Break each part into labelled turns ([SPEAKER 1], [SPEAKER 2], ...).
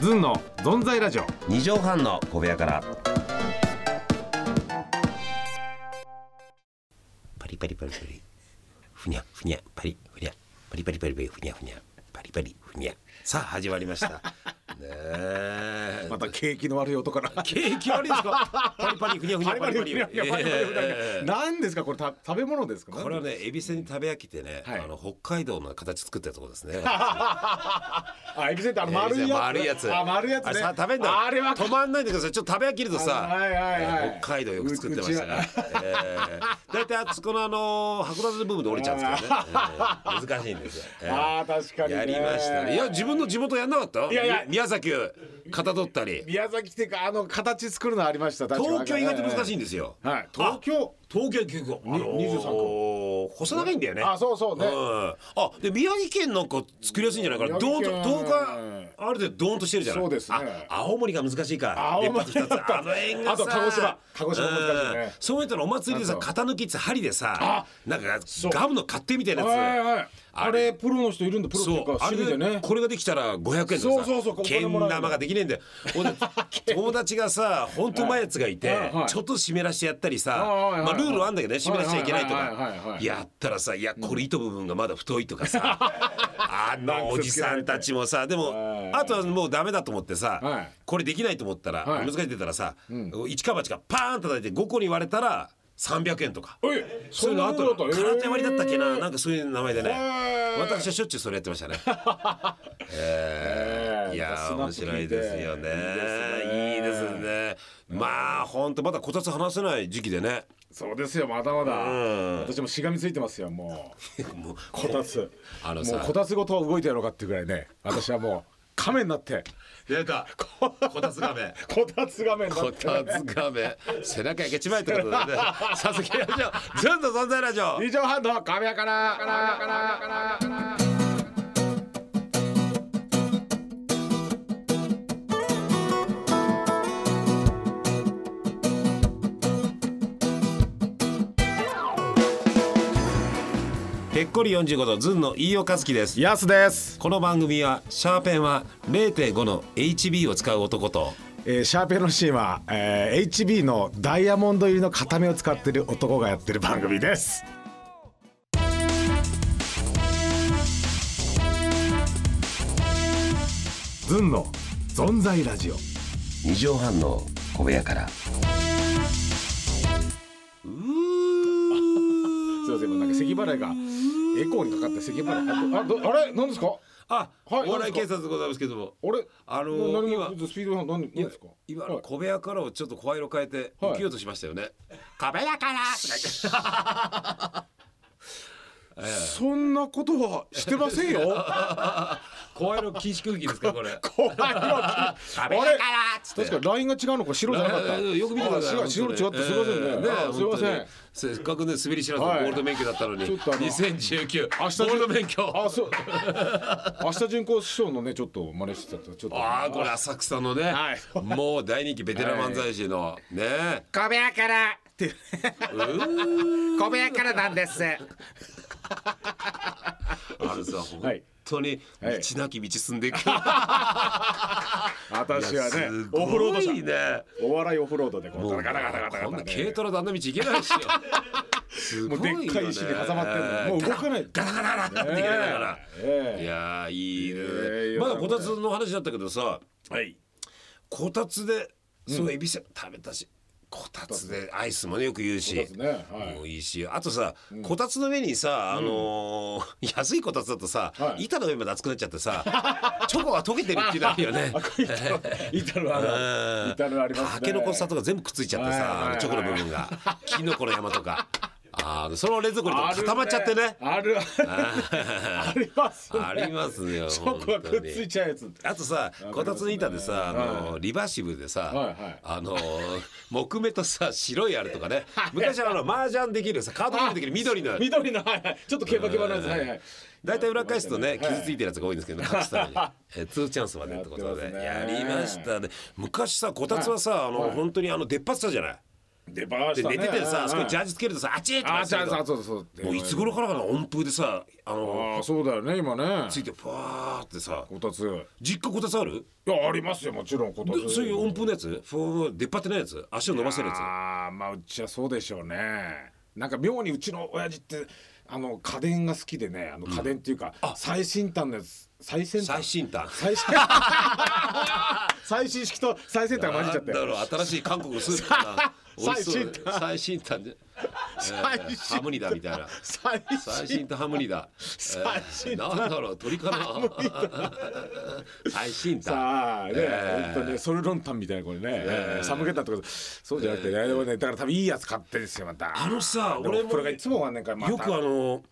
[SPEAKER 1] ずんのぞんざいラジオ
[SPEAKER 2] 二畳半の小部屋からパリパリパリパリふにゃふにゃパリふにゃパリパリパリパリふにゃふにゃパリパリふにゃさあ始まり ましたねえ
[SPEAKER 1] また景気の悪い音から
[SPEAKER 2] 景気悪いですかパリパリふにゃふにゃパリパリ
[SPEAKER 1] いやいやいやいやいや
[SPEAKER 2] ええ
[SPEAKER 1] 何ですかこれた食べ物ですか
[SPEAKER 2] これはねエビせに食べ飽きてね、
[SPEAKER 1] はい
[SPEAKER 2] あの北海道の形作ったところですね
[SPEAKER 1] あエビセンターの丸いやつ、ね、
[SPEAKER 2] 丸いやつ
[SPEAKER 1] あ丸いやつね
[SPEAKER 2] あれさ食べんの
[SPEAKER 1] あれは
[SPEAKER 2] 止まんないでくださいちょっと食べ飽きるとさ、
[SPEAKER 1] はいはいはい
[SPEAKER 2] 北海道よく作ってましたから大体、えー、あそこのあの函館の部分で降りちゃうんですけどね、えー難しいんですよ、えー
[SPEAKER 1] あー確かにね
[SPEAKER 2] やりましたねいや自分の地元やんなかった
[SPEAKER 1] いやいや
[SPEAKER 2] み宮崎をかたどったり
[SPEAKER 1] 宮崎っていうかあの形作るのありました確か
[SPEAKER 2] 東京意外と難しいん
[SPEAKER 1] で
[SPEAKER 2] ですよ、
[SPEAKER 1] はい東京
[SPEAKER 2] 東京結構、あのー、
[SPEAKER 1] 23
[SPEAKER 2] 細長いんだよね
[SPEAKER 1] あそうそうね
[SPEAKER 2] ん、あで宮城県なんか作りやすいんじゃないかなど
[SPEAKER 1] 宮
[SPEAKER 2] う
[SPEAKER 1] 城
[SPEAKER 2] と
[SPEAKER 1] 県
[SPEAKER 2] どうかある程度ドーンとしてるじゃない
[SPEAKER 1] そうですね
[SPEAKER 2] あ青森が難しいか
[SPEAKER 1] 青森
[SPEAKER 2] 一 発二つあの縁がさ
[SPEAKER 1] あと鹿児島鹿児島難しいね
[SPEAKER 2] うんそういったらお祭りでさ
[SPEAKER 1] あと
[SPEAKER 2] 型抜きって針でさ
[SPEAKER 1] あ
[SPEAKER 2] なんか
[SPEAKER 1] う
[SPEAKER 2] ガムの買ってみたいな
[SPEAKER 1] はい
[SPEAKER 2] やつ
[SPEAKER 1] はいあ
[SPEAKER 2] あれ
[SPEAKER 1] れプロの人いるんだプロって
[SPEAKER 2] そ
[SPEAKER 1] いう
[SPEAKER 2] う
[SPEAKER 1] か
[SPEAKER 2] あ
[SPEAKER 1] 趣味で
[SPEAKER 2] れ
[SPEAKER 1] ね
[SPEAKER 2] でこれができたら500円でさ
[SPEAKER 1] そうそうそうお
[SPEAKER 2] け
[SPEAKER 1] 金
[SPEAKER 2] ん
[SPEAKER 1] もらえる
[SPEAKER 2] 玉ができねえんだよほん で友達がさほんとうまいやつがいて、
[SPEAKER 1] はいはい
[SPEAKER 2] ちょっと湿らしてやったりさ、
[SPEAKER 1] はいはい
[SPEAKER 2] まあ、ルールあんだけどね湿らしちゃいけないと
[SPEAKER 1] はいはいはいはい
[SPEAKER 2] か
[SPEAKER 1] はい
[SPEAKER 2] やったらさいやこれ糸部分がまだ太いと かさあのおじさんたちもさで
[SPEAKER 1] は
[SPEAKER 2] も
[SPEAKER 1] い
[SPEAKER 2] あとはもうダメだと思ってさ、
[SPEAKER 1] はい
[SPEAKER 2] これできないと思ったら、
[SPEAKER 1] はい
[SPEAKER 2] 難しいって言ったらさ、一か八かパーン叩いて5個に割れたら300円とか。
[SPEAKER 1] え
[SPEAKER 2] そういうのあと
[SPEAKER 1] そんな
[SPEAKER 2] 空
[SPEAKER 1] の
[SPEAKER 2] 手割りだったっけな、なんかそういう名前でね
[SPEAKER 1] へー
[SPEAKER 2] 私はしょっちゅうそれやってました ね
[SPEAKER 1] えー
[SPEAKER 2] いやー
[SPEAKER 1] スナッ
[SPEAKER 2] 面
[SPEAKER 1] プ
[SPEAKER 2] 白
[SPEAKER 1] 聞
[SPEAKER 2] い
[SPEAKER 1] いて
[SPEAKER 2] ですよねい
[SPEAKER 1] い
[SPEAKER 2] い
[SPEAKER 1] い
[SPEAKER 2] で
[SPEAKER 1] ですすね
[SPEAKER 2] ねまあほんとまだこたつ話せない時期でね
[SPEAKER 1] そうですよまだまだ
[SPEAKER 2] うん
[SPEAKER 1] 私もしがみついてますよもう
[SPEAKER 2] もう
[SPEAKER 1] こたつ
[SPEAKER 2] あの
[SPEAKER 1] もう
[SPEAKER 2] さ
[SPEAKER 1] こたつごと動いてやろうかっていうぐらいね私はもう亀になって
[SPEAKER 2] 出たこたつ画面
[SPEAKER 1] こたつ画面にな
[SPEAKER 2] こ
[SPEAKER 1] って
[SPEAKER 2] たつ画面背中焼けちまえってことでね早速やりましょうずんの存在ラジオ
[SPEAKER 1] 以上半の亀屋からからからからから
[SPEAKER 2] ぺっこり45度ずんの飯尾和樹です
[SPEAKER 1] ヤスです、
[SPEAKER 2] この番組はシャーペンは0.5の HB を使う男と
[SPEAKER 1] えー、シャーペンのシーンは、えー、HB のダイヤモンド入りの片目を使ってる男がやってる番組ですズンの存在ラジオ
[SPEAKER 2] 二畳半の小部屋からうー
[SPEAKER 1] すいません今なんか咳払いがエコーにかかって咳払いああどあれなんですか
[SPEAKER 2] あ、
[SPEAKER 1] はい
[SPEAKER 2] お笑い警察でございますけども
[SPEAKER 1] あれ
[SPEAKER 2] あの
[SPEAKER 1] な何も
[SPEAKER 2] 今
[SPEAKER 1] スピード違反何何ですか
[SPEAKER 2] 今
[SPEAKER 1] は
[SPEAKER 2] の
[SPEAKER 1] い
[SPEAKER 2] 小部屋からをちょっと声色変えて
[SPEAKER 1] はい
[SPEAKER 2] 受けようとしましたよね、小部 屋からとか言って
[SPEAKER 1] そんなことはしてま せんよ
[SPEAKER 2] 声色禁止空気です かこれ
[SPEAKER 1] 怖いわ
[SPEAKER 2] 小部屋からつって
[SPEAKER 1] 確かにラインが違うのか白じゃなかった。
[SPEAKER 2] よく見てください。
[SPEAKER 1] あ白白違ってすいませんね。
[SPEAKER 2] ええ
[SPEAKER 1] あすいません
[SPEAKER 2] 本。当にせっかくね滑り知らずのゴ
[SPEAKER 1] はい
[SPEAKER 2] ールド免許だったのに、
[SPEAKER 1] ちょっとあの
[SPEAKER 2] 2019ゴ
[SPEAKER 1] 明日中
[SPEAKER 2] ールド免許。
[SPEAKER 1] あそう。 明日巡航師匠のねちょっと真似してたとちょっと。
[SPEAKER 2] ああこれ浅草のね、
[SPEAKER 1] はい
[SPEAKER 2] もう大人気ベテラン漫才師の、ねえ
[SPEAKER 1] 小部屋からって
[SPEAKER 2] うー
[SPEAKER 1] 小部屋からなんです。
[SPEAKER 2] あのさ本
[SPEAKER 1] い
[SPEAKER 2] 当に道
[SPEAKER 1] はい
[SPEAKER 2] なき道進んでいく、
[SPEAKER 1] 私はね
[SPEAKER 2] す
[SPEAKER 1] オフロー
[SPEAKER 2] ご
[SPEAKER 1] ド車
[SPEAKER 2] い。ね
[SPEAKER 1] お笑いオフロードでこうガタガタガタガタ
[SPEAKER 2] こん
[SPEAKER 1] ガ
[SPEAKER 2] な
[SPEAKER 1] タね。
[SPEAKER 2] 軽トラであんな道行けな いですよすごいよね
[SPEAKER 1] もうでっかい石に挟まってんのもう動かない
[SPEAKER 2] ガラガラガラガラって行けないから、
[SPEAKER 1] ええ
[SPEAKER 2] いやーいいね、
[SPEAKER 1] ええ
[SPEAKER 2] まだこたつの話だったけどさ
[SPEAKER 1] はい。
[SPEAKER 2] こたつでそうエビせん食べたし、こたつでアイスもねよく言うし
[SPEAKER 1] こたつねはい
[SPEAKER 2] もういいしあとさ、こたつの上にさあのー安いこたつだとさ、
[SPEAKER 1] はい
[SPEAKER 2] 板の上まで熱くなっちゃってさチョコが溶けてるっていうのあるよね。
[SPEAKER 1] いたのあ
[SPEAKER 2] うん
[SPEAKER 1] る。いたのありますね。
[SPEAKER 2] タケノコの里が全部くっついちゃって
[SPEAKER 1] はいはい
[SPEAKER 2] さ、
[SPEAKER 1] はい
[SPEAKER 2] あのチョコの部分 が、キノコの山とか、あーその冷蔵庫に固まっちゃってね。
[SPEAKER 1] あるね。 あるあるありますね。
[SPEAKER 2] ありますよ。
[SPEAKER 1] チョコがくっついちゃうやつ。
[SPEAKER 2] あとさ、こたつの板でさ、あの、リバーシブでさ、
[SPEAKER 1] はいはい
[SPEAKER 2] あの、木目とさ、白いあれとかね、昔は あの、麻雀できるさ、カードゲームできる緑の、
[SPEAKER 1] 緑のはいはいちょっとケバケバなやつはいはい。
[SPEAKER 2] 大体裏返すとね、
[SPEAKER 1] はい
[SPEAKER 2] 傷ついてるやつが多いんですけど、隠すため に。えーツーチャンスまでってことで、
[SPEAKER 1] やってますね
[SPEAKER 2] やりましたね。昔さ、こたつはさ、あの、
[SPEAKER 1] はい
[SPEAKER 2] 本当にあの、出っ張ってたじゃない。
[SPEAKER 1] 出ま
[SPEAKER 2] で寝ててさ、あそこにジャ
[SPEAKER 1] ッ
[SPEAKER 2] ージつけるとさ、あちーって
[SPEAKER 1] あ
[SPEAKER 2] な
[SPEAKER 1] ー
[SPEAKER 2] っ
[SPEAKER 1] ジ
[SPEAKER 2] て
[SPEAKER 1] ャー
[SPEAKER 2] たけ
[SPEAKER 1] ジあ
[SPEAKER 2] ど
[SPEAKER 1] そうそうそう
[SPEAKER 2] もういつ頃からかな音符でさ、あの
[SPEAKER 1] ああそうだよね今ね
[SPEAKER 2] ついてパーってさ、
[SPEAKER 1] こたつい
[SPEAKER 2] 実家こたつある？
[SPEAKER 1] やありますよもちろんこた
[SPEAKER 2] で
[SPEAKER 1] つ
[SPEAKER 2] そういう音符のやつ、ふー出っ張ってないやつ、足を伸ばせるやつ。
[SPEAKER 1] ああまあうちはそうでしょうねなんか妙にうちの親父ってあの家電が好きでねあの家電っていうか、最新端のやつ最先
[SPEAKER 2] 最
[SPEAKER 1] 端
[SPEAKER 2] 新端。
[SPEAKER 1] 最 新最新式と最先 端混じっちゃって
[SPEAKER 2] なんだろう新しい韓国のスープかな。
[SPEAKER 1] 最新端
[SPEAKER 2] 最新端で。
[SPEAKER 1] 最
[SPEAKER 2] え
[SPEAKER 1] 新端
[SPEAKER 2] ーハムニだみたいな。
[SPEAKER 1] 最
[SPEAKER 2] 最
[SPEAKER 1] 新
[SPEAKER 2] 新とハムニだ。
[SPEAKER 1] 最新
[SPEAKER 2] えーなんだろう鳥かな。 最新だ。
[SPEAKER 1] さあね、本当ねソルロンタンみたいなこれね、えー寒気だとかそうじゃなくて、ねでもねだから多分いいやつ買ってですよまた
[SPEAKER 2] あのさ
[SPEAKER 1] で
[SPEAKER 2] 俺も
[SPEAKER 1] これがいつも終わんねんからまた
[SPEAKER 2] よくあの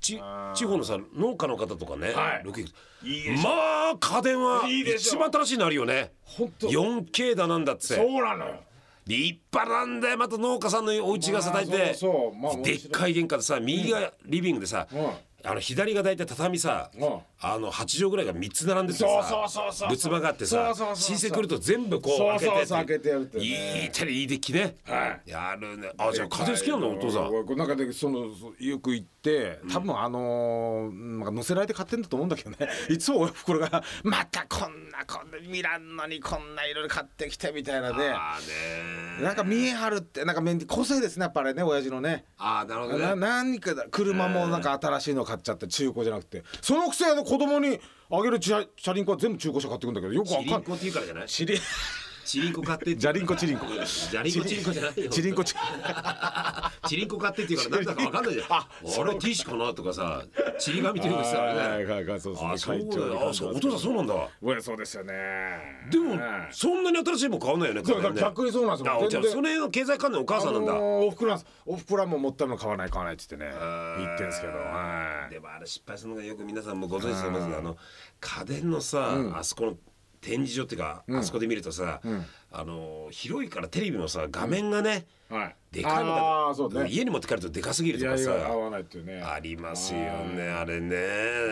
[SPEAKER 2] ち地方のさ農家の方とかね、
[SPEAKER 1] はい
[SPEAKER 2] ロケ行く
[SPEAKER 1] いいでしょ
[SPEAKER 2] まあ家電はい
[SPEAKER 1] いでし
[SPEAKER 2] 一
[SPEAKER 1] ょ
[SPEAKER 2] 番新しいのあるよね
[SPEAKER 1] ほんと
[SPEAKER 2] 4K だなんだっつって
[SPEAKER 1] そうなのよ
[SPEAKER 2] 立派なんだよまた農家さんのお家がさ
[SPEAKER 1] まあ
[SPEAKER 2] 大抵
[SPEAKER 1] そうそうまあ面白
[SPEAKER 2] で
[SPEAKER 1] い
[SPEAKER 2] っかい玄関でさ右がリビングでさ、
[SPEAKER 1] うん
[SPEAKER 2] あの左が大体畳さ、
[SPEAKER 1] うん
[SPEAKER 2] あの8畳ぐらいが3つ並んでてさ
[SPEAKER 1] そうそうそうそう
[SPEAKER 2] 仏間があってさ
[SPEAKER 1] そうそうそうそう
[SPEAKER 2] 親戚来ると全部こう
[SPEAKER 1] そうそうそう
[SPEAKER 2] 開
[SPEAKER 1] 開け
[SPEAKER 2] けて
[SPEAKER 1] てやるってね
[SPEAKER 2] いいテレいいデッキね、
[SPEAKER 1] は
[SPEAKER 2] やるねあじゃあ家電好きなんだお父さん
[SPEAKER 1] んなんかでそのそよく行って多分あのー、なんか乗せられて買ってんだと思うんだけどね いつもおふくろが「またこんなこんな見らんのにこんないろいろ買ってきて」みたいなね
[SPEAKER 2] あーね
[SPEAKER 1] なんか見えはるってなんかめん個性ですねやっぱりね親父のね。
[SPEAKER 2] あーなるほどね
[SPEAKER 1] な何かだ車もなんか新しいの買っちゃって中古じゃなくてそのくせあの子供にあげるチャチャリンコは全部中古車買ってくんだけどよくわ
[SPEAKER 2] チリ
[SPEAKER 1] か
[SPEAKER 2] ン
[SPEAKER 1] ん
[SPEAKER 2] コ
[SPEAKER 1] ない
[SPEAKER 2] っていうからじゃない
[SPEAKER 1] チリ
[SPEAKER 2] チリンコ買ってって
[SPEAKER 1] ジャリンコチリンコ
[SPEAKER 2] ジャリンコチリンコじゃないよ
[SPEAKER 1] チリンコチリンコ
[SPEAKER 2] チリンコ買ってっていうからなんだかわかんないじゃん
[SPEAKER 1] あ
[SPEAKER 2] あれティッシュかなとかさチリ紙というんですか
[SPEAKER 1] は
[SPEAKER 2] ら
[SPEAKER 1] い
[SPEAKER 2] ね
[SPEAKER 1] はいはいそうそう
[SPEAKER 2] あそう
[SPEAKER 1] 会長
[SPEAKER 2] だ
[SPEAKER 1] に
[SPEAKER 2] よあそうお父さんそうなんだわ
[SPEAKER 1] おやそうですよね
[SPEAKER 2] でも
[SPEAKER 1] ね
[SPEAKER 2] そんなに新しいもん買わないよね
[SPEAKER 1] そうだから逆にそうなんですよ
[SPEAKER 2] あじ
[SPEAKER 1] 全
[SPEAKER 2] ゃあ
[SPEAKER 1] 然
[SPEAKER 2] その辺の経済観念お母さんなんだ、
[SPEAKER 1] あのーおふくろなんですおふくろはもう持ったもの買わない買わないって言ってね言ってんですけどはい
[SPEAKER 2] でもあれ失敗するのがよく皆さんもご存知でますがあの家電のさ、あそこの展示所っていうか、あそこで見るとさ、あの広いからテレビのさ画面がね、
[SPEAKER 1] はい
[SPEAKER 2] でかいの
[SPEAKER 1] あーそう
[SPEAKER 2] が、
[SPEAKER 1] ね
[SPEAKER 2] 家に持って帰るとでかすぎる
[SPEAKER 1] い
[SPEAKER 2] と
[SPEAKER 1] や
[SPEAKER 2] か
[SPEAKER 1] い
[SPEAKER 2] さ
[SPEAKER 1] や合わないっていうね
[SPEAKER 2] ありますよ
[SPEAKER 1] あ
[SPEAKER 2] ねあれ
[SPEAKER 1] ー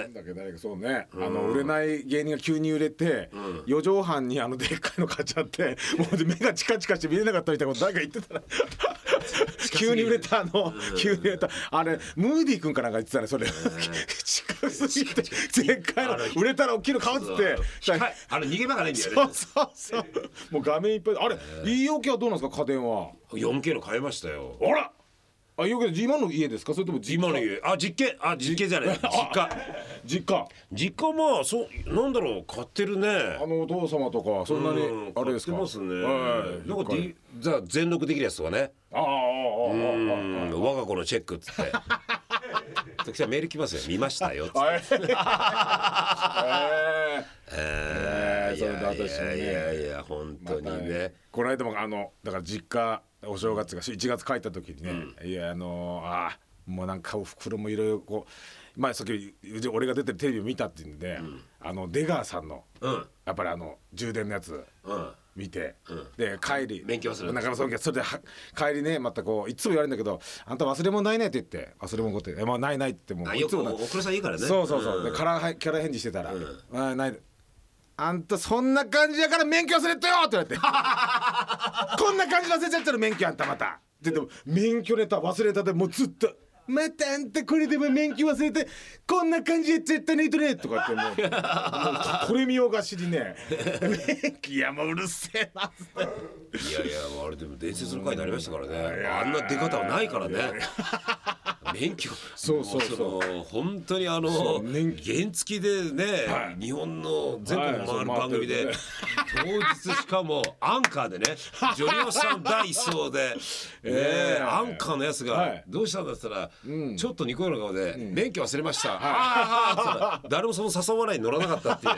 [SPEAKER 2] ね
[SPEAKER 1] だけど誰かそうね、あの売れない芸人が急に売れて、四畳半にあのでっかいの買っちゃってもう目がチカチカして見れなかったみたいなこと誰か言ってたら急に売れたあの、急に売れたあれムーディ君かなんか言ってたねそれ、 近すぎてでっかいの売れたら大きいの買うっつって
[SPEAKER 2] そう控えあの逃げ場がないんだよね
[SPEAKER 1] そうそうそうもう画面いっぱいあれ飯置きはどうなんですか家電は
[SPEAKER 2] 4K の買いましたよ
[SPEAKER 1] あらあ飯置き今の家ですかそれとも実家
[SPEAKER 2] 今の家あ実家あ実家じゃない実 家
[SPEAKER 1] 実家
[SPEAKER 2] 実家まあそうなんだろう買ってるね
[SPEAKER 1] あのお父様とかはそんなに
[SPEAKER 2] うん
[SPEAKER 1] あれですか。
[SPEAKER 2] 買ってますね
[SPEAKER 1] はい。
[SPEAKER 2] なんか
[SPEAKER 1] か
[SPEAKER 2] D じゃあ全録できるやつとかね
[SPEAKER 1] ああああ
[SPEAKER 2] う
[SPEAKER 1] あ
[SPEAKER 2] ん我が子のチェックっつって時々メール来ますよ見ましたよっつって
[SPEAKER 1] ああ。はい。え
[SPEAKER 2] えー
[SPEAKER 1] えーそれと私ね
[SPEAKER 2] いやいやいや 本当
[SPEAKER 1] ー
[SPEAKER 2] にね、
[SPEAKER 1] この間もあのだから実家お正月が1月帰った時にね、いやあのーあーもうなんかお袋もいろいろこう前さっき俺が出てるテレビを見たっていうんで、あの出川さんの
[SPEAKER 2] うん
[SPEAKER 1] やっぱりあの充電のやつ。
[SPEAKER 2] うん
[SPEAKER 1] 見て、で帰り
[SPEAKER 2] 勉強する
[SPEAKER 1] なんかそうそれでは帰りねまたこういつも言われるんだけど「あんた忘れ物ないね」って言って「忘れ物って」えまあ、ないない」っても
[SPEAKER 2] あ
[SPEAKER 1] うい
[SPEAKER 2] よ
[SPEAKER 1] つ
[SPEAKER 2] く
[SPEAKER 1] も
[SPEAKER 2] お
[SPEAKER 1] な
[SPEAKER 2] お黒さんいいからね
[SPEAKER 1] そうそうそう、
[SPEAKER 2] ん
[SPEAKER 1] でからはキャラ返事してたら「あーない」あんたそんな感じやから免許忘れてよって言われ てこんな感じで忘れちゃったの免許あんたまたででも免許ネタ忘れたでもうずっと「またあんたこれでも免許忘れてこんな感じで絶対にいとね」とか ってもうもうこれ見ようがしにね「免許いやもううるせえな」っつって。
[SPEAKER 2] いやいやあれでも伝説の回になりましたからねあんな出方はないからね免許
[SPEAKER 1] そうそうそう
[SPEAKER 2] もの本当にあの
[SPEAKER 1] う免
[SPEAKER 2] 原付でね、
[SPEAKER 1] はい
[SPEAKER 2] 日本の全国回る
[SPEAKER 1] はい
[SPEAKER 2] 番組で、
[SPEAKER 1] はい
[SPEAKER 2] 当日しかもアンカーでね女優さん第一 層で、ね
[SPEAKER 1] ええ
[SPEAKER 2] アンカーのやつが、
[SPEAKER 1] はい
[SPEAKER 2] どうしたんだって言ったら、ちょっとニコイの顔で、免許忘れました、あああああ誰もその誘わないに乗らなかったっていう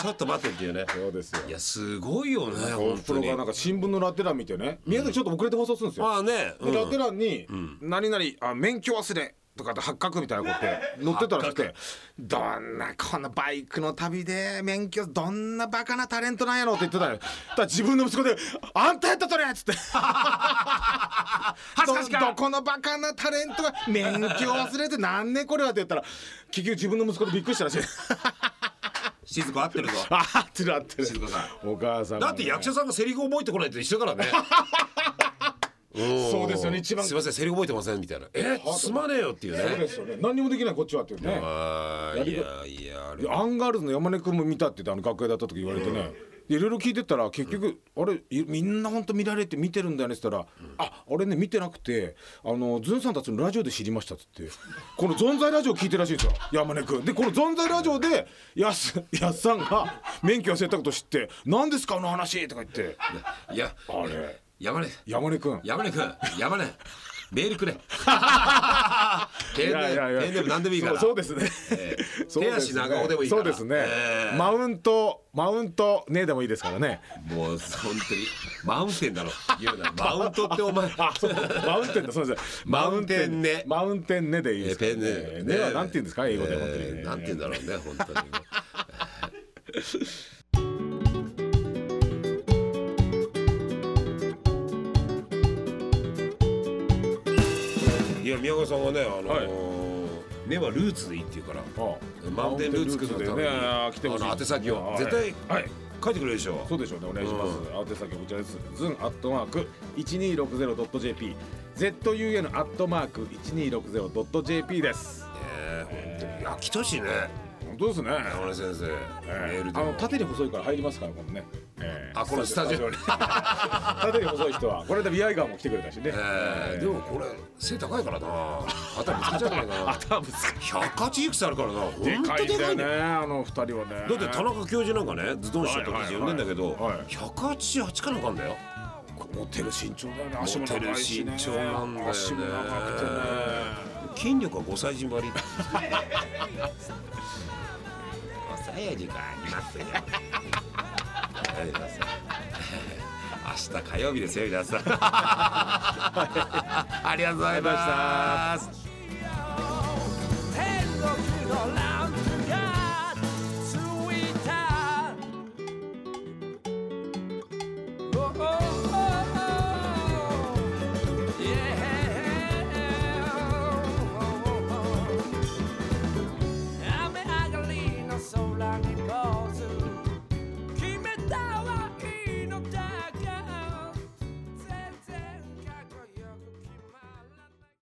[SPEAKER 2] ちょっと待ってっていうね
[SPEAKER 1] そうですよ
[SPEAKER 2] いやすごいよね
[SPEAKER 1] お
[SPEAKER 2] 本
[SPEAKER 1] ふく
[SPEAKER 2] 当
[SPEAKER 1] ろ
[SPEAKER 2] に
[SPEAKER 1] がなんか新聞のラテ欄見てね、宮崎ちょっと遅れて放送するんですよ、
[SPEAKER 2] まあね、うん
[SPEAKER 1] でラテ欄に「何々あ免許忘れ」とかって発覚みたいなことって載ってたらしくて「どんなこのバイクの旅で免許どんなバカなタレントなんやろ」って言ってたよだから自分の息子で「あんたやったそれ!」っつってど「どこのバカなタレントが免許忘れてなんねこれは」って言ったら結局自分の息子でびっくりしたらしい
[SPEAKER 2] 静子合って るぞ
[SPEAKER 1] あーってなってる
[SPEAKER 2] 静子さん
[SPEAKER 1] お母さんもね
[SPEAKER 2] だって役者さんがセリフ覚えてこないと一緒だからね ん
[SPEAKER 1] そうですよね一番
[SPEAKER 2] すいませんセリフ覚えてませんみたいなえすまねえよっていう
[SPEAKER 1] そう
[SPEAKER 2] ね
[SPEAKER 1] ですよね何にもできないこっちはっていうね
[SPEAKER 2] あーいやいやあれ
[SPEAKER 1] でアンガールズの山根君も見たって言ってあの楽屋だった時言われてねでいろいろ聞いてたら結局、あれいみんな本当見られて見てるんだよねって言ったら「あ俺ね見てなくてあのズンさんたちのラジオで知りました」って言ってこの「存在ラジオ」聞いてるらしいんですよ山根君でこの「存在ラジオで」やすやっさんが免許忘れたこと知って「何ですかあの話」とか言って
[SPEAKER 2] いや
[SPEAKER 1] あれ
[SPEAKER 2] 山根
[SPEAKER 1] 山根君
[SPEAKER 2] 山根くん山根メール くれペン
[SPEAKER 1] いやいやいや
[SPEAKER 2] ネーム何でもいいから
[SPEAKER 1] そうそうですね、
[SPEAKER 2] ええ
[SPEAKER 1] そうです
[SPEAKER 2] 手足長尾でもいいから
[SPEAKER 1] そうですね、
[SPEAKER 2] ええ
[SPEAKER 1] マウントマウントねえでもいいですからね
[SPEAKER 2] もう本当にマウンテンだろ言うなマウントってお前
[SPEAKER 1] あ、そうマウンテンだ、そうです。
[SPEAKER 2] マウンテンね
[SPEAKER 1] マウンテンねでいいで
[SPEAKER 2] え
[SPEAKER 1] すか、ね
[SPEAKER 2] ペン。ネーム
[SPEAKER 1] ねはなんて言うんですか、英語で本当に、
[SPEAKER 2] ええなんて言うんだろうね本当にいや宮川さんはねあのー
[SPEAKER 1] はい
[SPEAKER 2] 目はルーツでいいって言うから
[SPEAKER 1] あ
[SPEAKER 2] マウンテンルーツ作るために、
[SPEAKER 1] マウンテンルーツでねあー
[SPEAKER 2] あ
[SPEAKER 1] 来てほしい
[SPEAKER 2] の宛先を
[SPEAKER 1] はい
[SPEAKER 2] 絶対
[SPEAKER 1] はい
[SPEAKER 2] 書いてくれるでしょ、
[SPEAKER 1] そうでしょうね、お願いします。宛先こちらです。ズンアットマーク一二六ゼロドット jp。Z. U. N. アットマーク一二六ゼロドット jp です。
[SPEAKER 2] ええ本当にいや来たしね
[SPEAKER 1] 本当ですね。
[SPEAKER 2] 山根先生、メ
[SPEAKER 1] え
[SPEAKER 2] ール
[SPEAKER 1] ー
[SPEAKER 2] で
[SPEAKER 1] あ
[SPEAKER 2] も
[SPEAKER 1] の縦に細いから入りますからこのね、えー
[SPEAKER 2] あこのスタジオに
[SPEAKER 1] 縦に細い人はこれでビアイガーも来てくれたしね、
[SPEAKER 2] えーでもこれ背高いからな頭ぶつかっちゃうか らな頭ぶつか百八いくつあるからな本当で
[SPEAKER 1] で
[SPEAKER 2] か
[SPEAKER 1] か
[SPEAKER 2] い
[SPEAKER 1] い
[SPEAKER 2] ん
[SPEAKER 1] ん
[SPEAKER 2] だ
[SPEAKER 1] だ
[SPEAKER 2] よ
[SPEAKER 1] よねあの二人はね
[SPEAKER 2] だって田中教授なんかねズドンしちゃった記事読んでんだけど、
[SPEAKER 1] はいはいはい
[SPEAKER 2] 188かなんかあんだよ
[SPEAKER 1] モテる身長だよね足
[SPEAKER 2] 足も
[SPEAKER 1] も
[SPEAKER 2] 長
[SPEAKER 1] 長
[SPEAKER 2] い
[SPEAKER 1] い
[SPEAKER 2] し
[SPEAKER 1] し、
[SPEAKER 2] ね
[SPEAKER 1] ね、
[SPEAKER 2] 足
[SPEAKER 1] 足
[SPEAKER 2] も
[SPEAKER 1] も長
[SPEAKER 2] 長
[SPEAKER 1] く
[SPEAKER 2] くて
[SPEAKER 1] て
[SPEAKER 2] ね
[SPEAKER 1] ね
[SPEAKER 2] 筋力は5歳児ばり 5歳児がありますよ 明日火曜日ですよ皆さんありがとうございます